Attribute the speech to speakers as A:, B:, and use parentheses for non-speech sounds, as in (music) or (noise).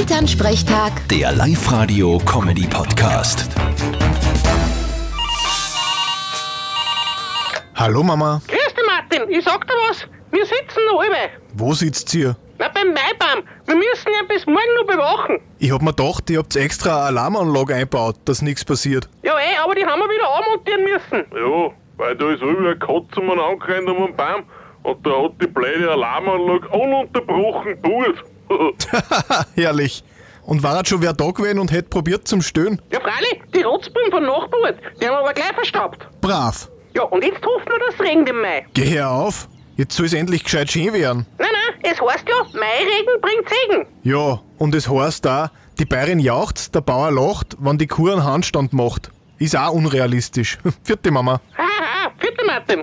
A: Elternsprechtag,
B: Der Live-Radio-Comedy-Podcast.
C: Hallo Mama,
D: Grüß dich, Martin. Ich sag dir was. Wir sitzen noch alle.
C: wo sitzt ihr?
D: Na, beim Maibaum. Wir müssen ja bis morgen noch bewachen.
C: Ich hab mir gedacht, ihr habt extra eine Alarmanlage einbaut, dass nichts passiert. (laughs)
D: Ja, eh, aber die haben wir wieder anmontieren müssen.
E: Ja, weil da ist über eine Katze um einen angerannt um einen Baum und da hat die blöde Alarmanlage ununterbrochen (laughs) buhlt.
C: Herrlich. Und war jetzt schon wer da gewesen und hätte probiert zum Stöhnen?
D: Ja, freilich, die Rotzbuben von Nachbarort, die haben aber gleich verstaubt.
C: Brav.
D: Ja, und jetzt hoffen wir, dass es regnet im Mai.
C: Geh her auf. Jetzt soll's endlich gescheit schön werden.
D: Nein, nein, es heißt ja, Mairegen bringt Segen. (laughs)
C: Ja, und es heißt da, die Bayerin jauchzt, der Bauer lacht, wann die Kuh einen Handstand macht. Ist auch unrealistisch. (laughs) Vierte Mama.
D: Haha, vierte Martin.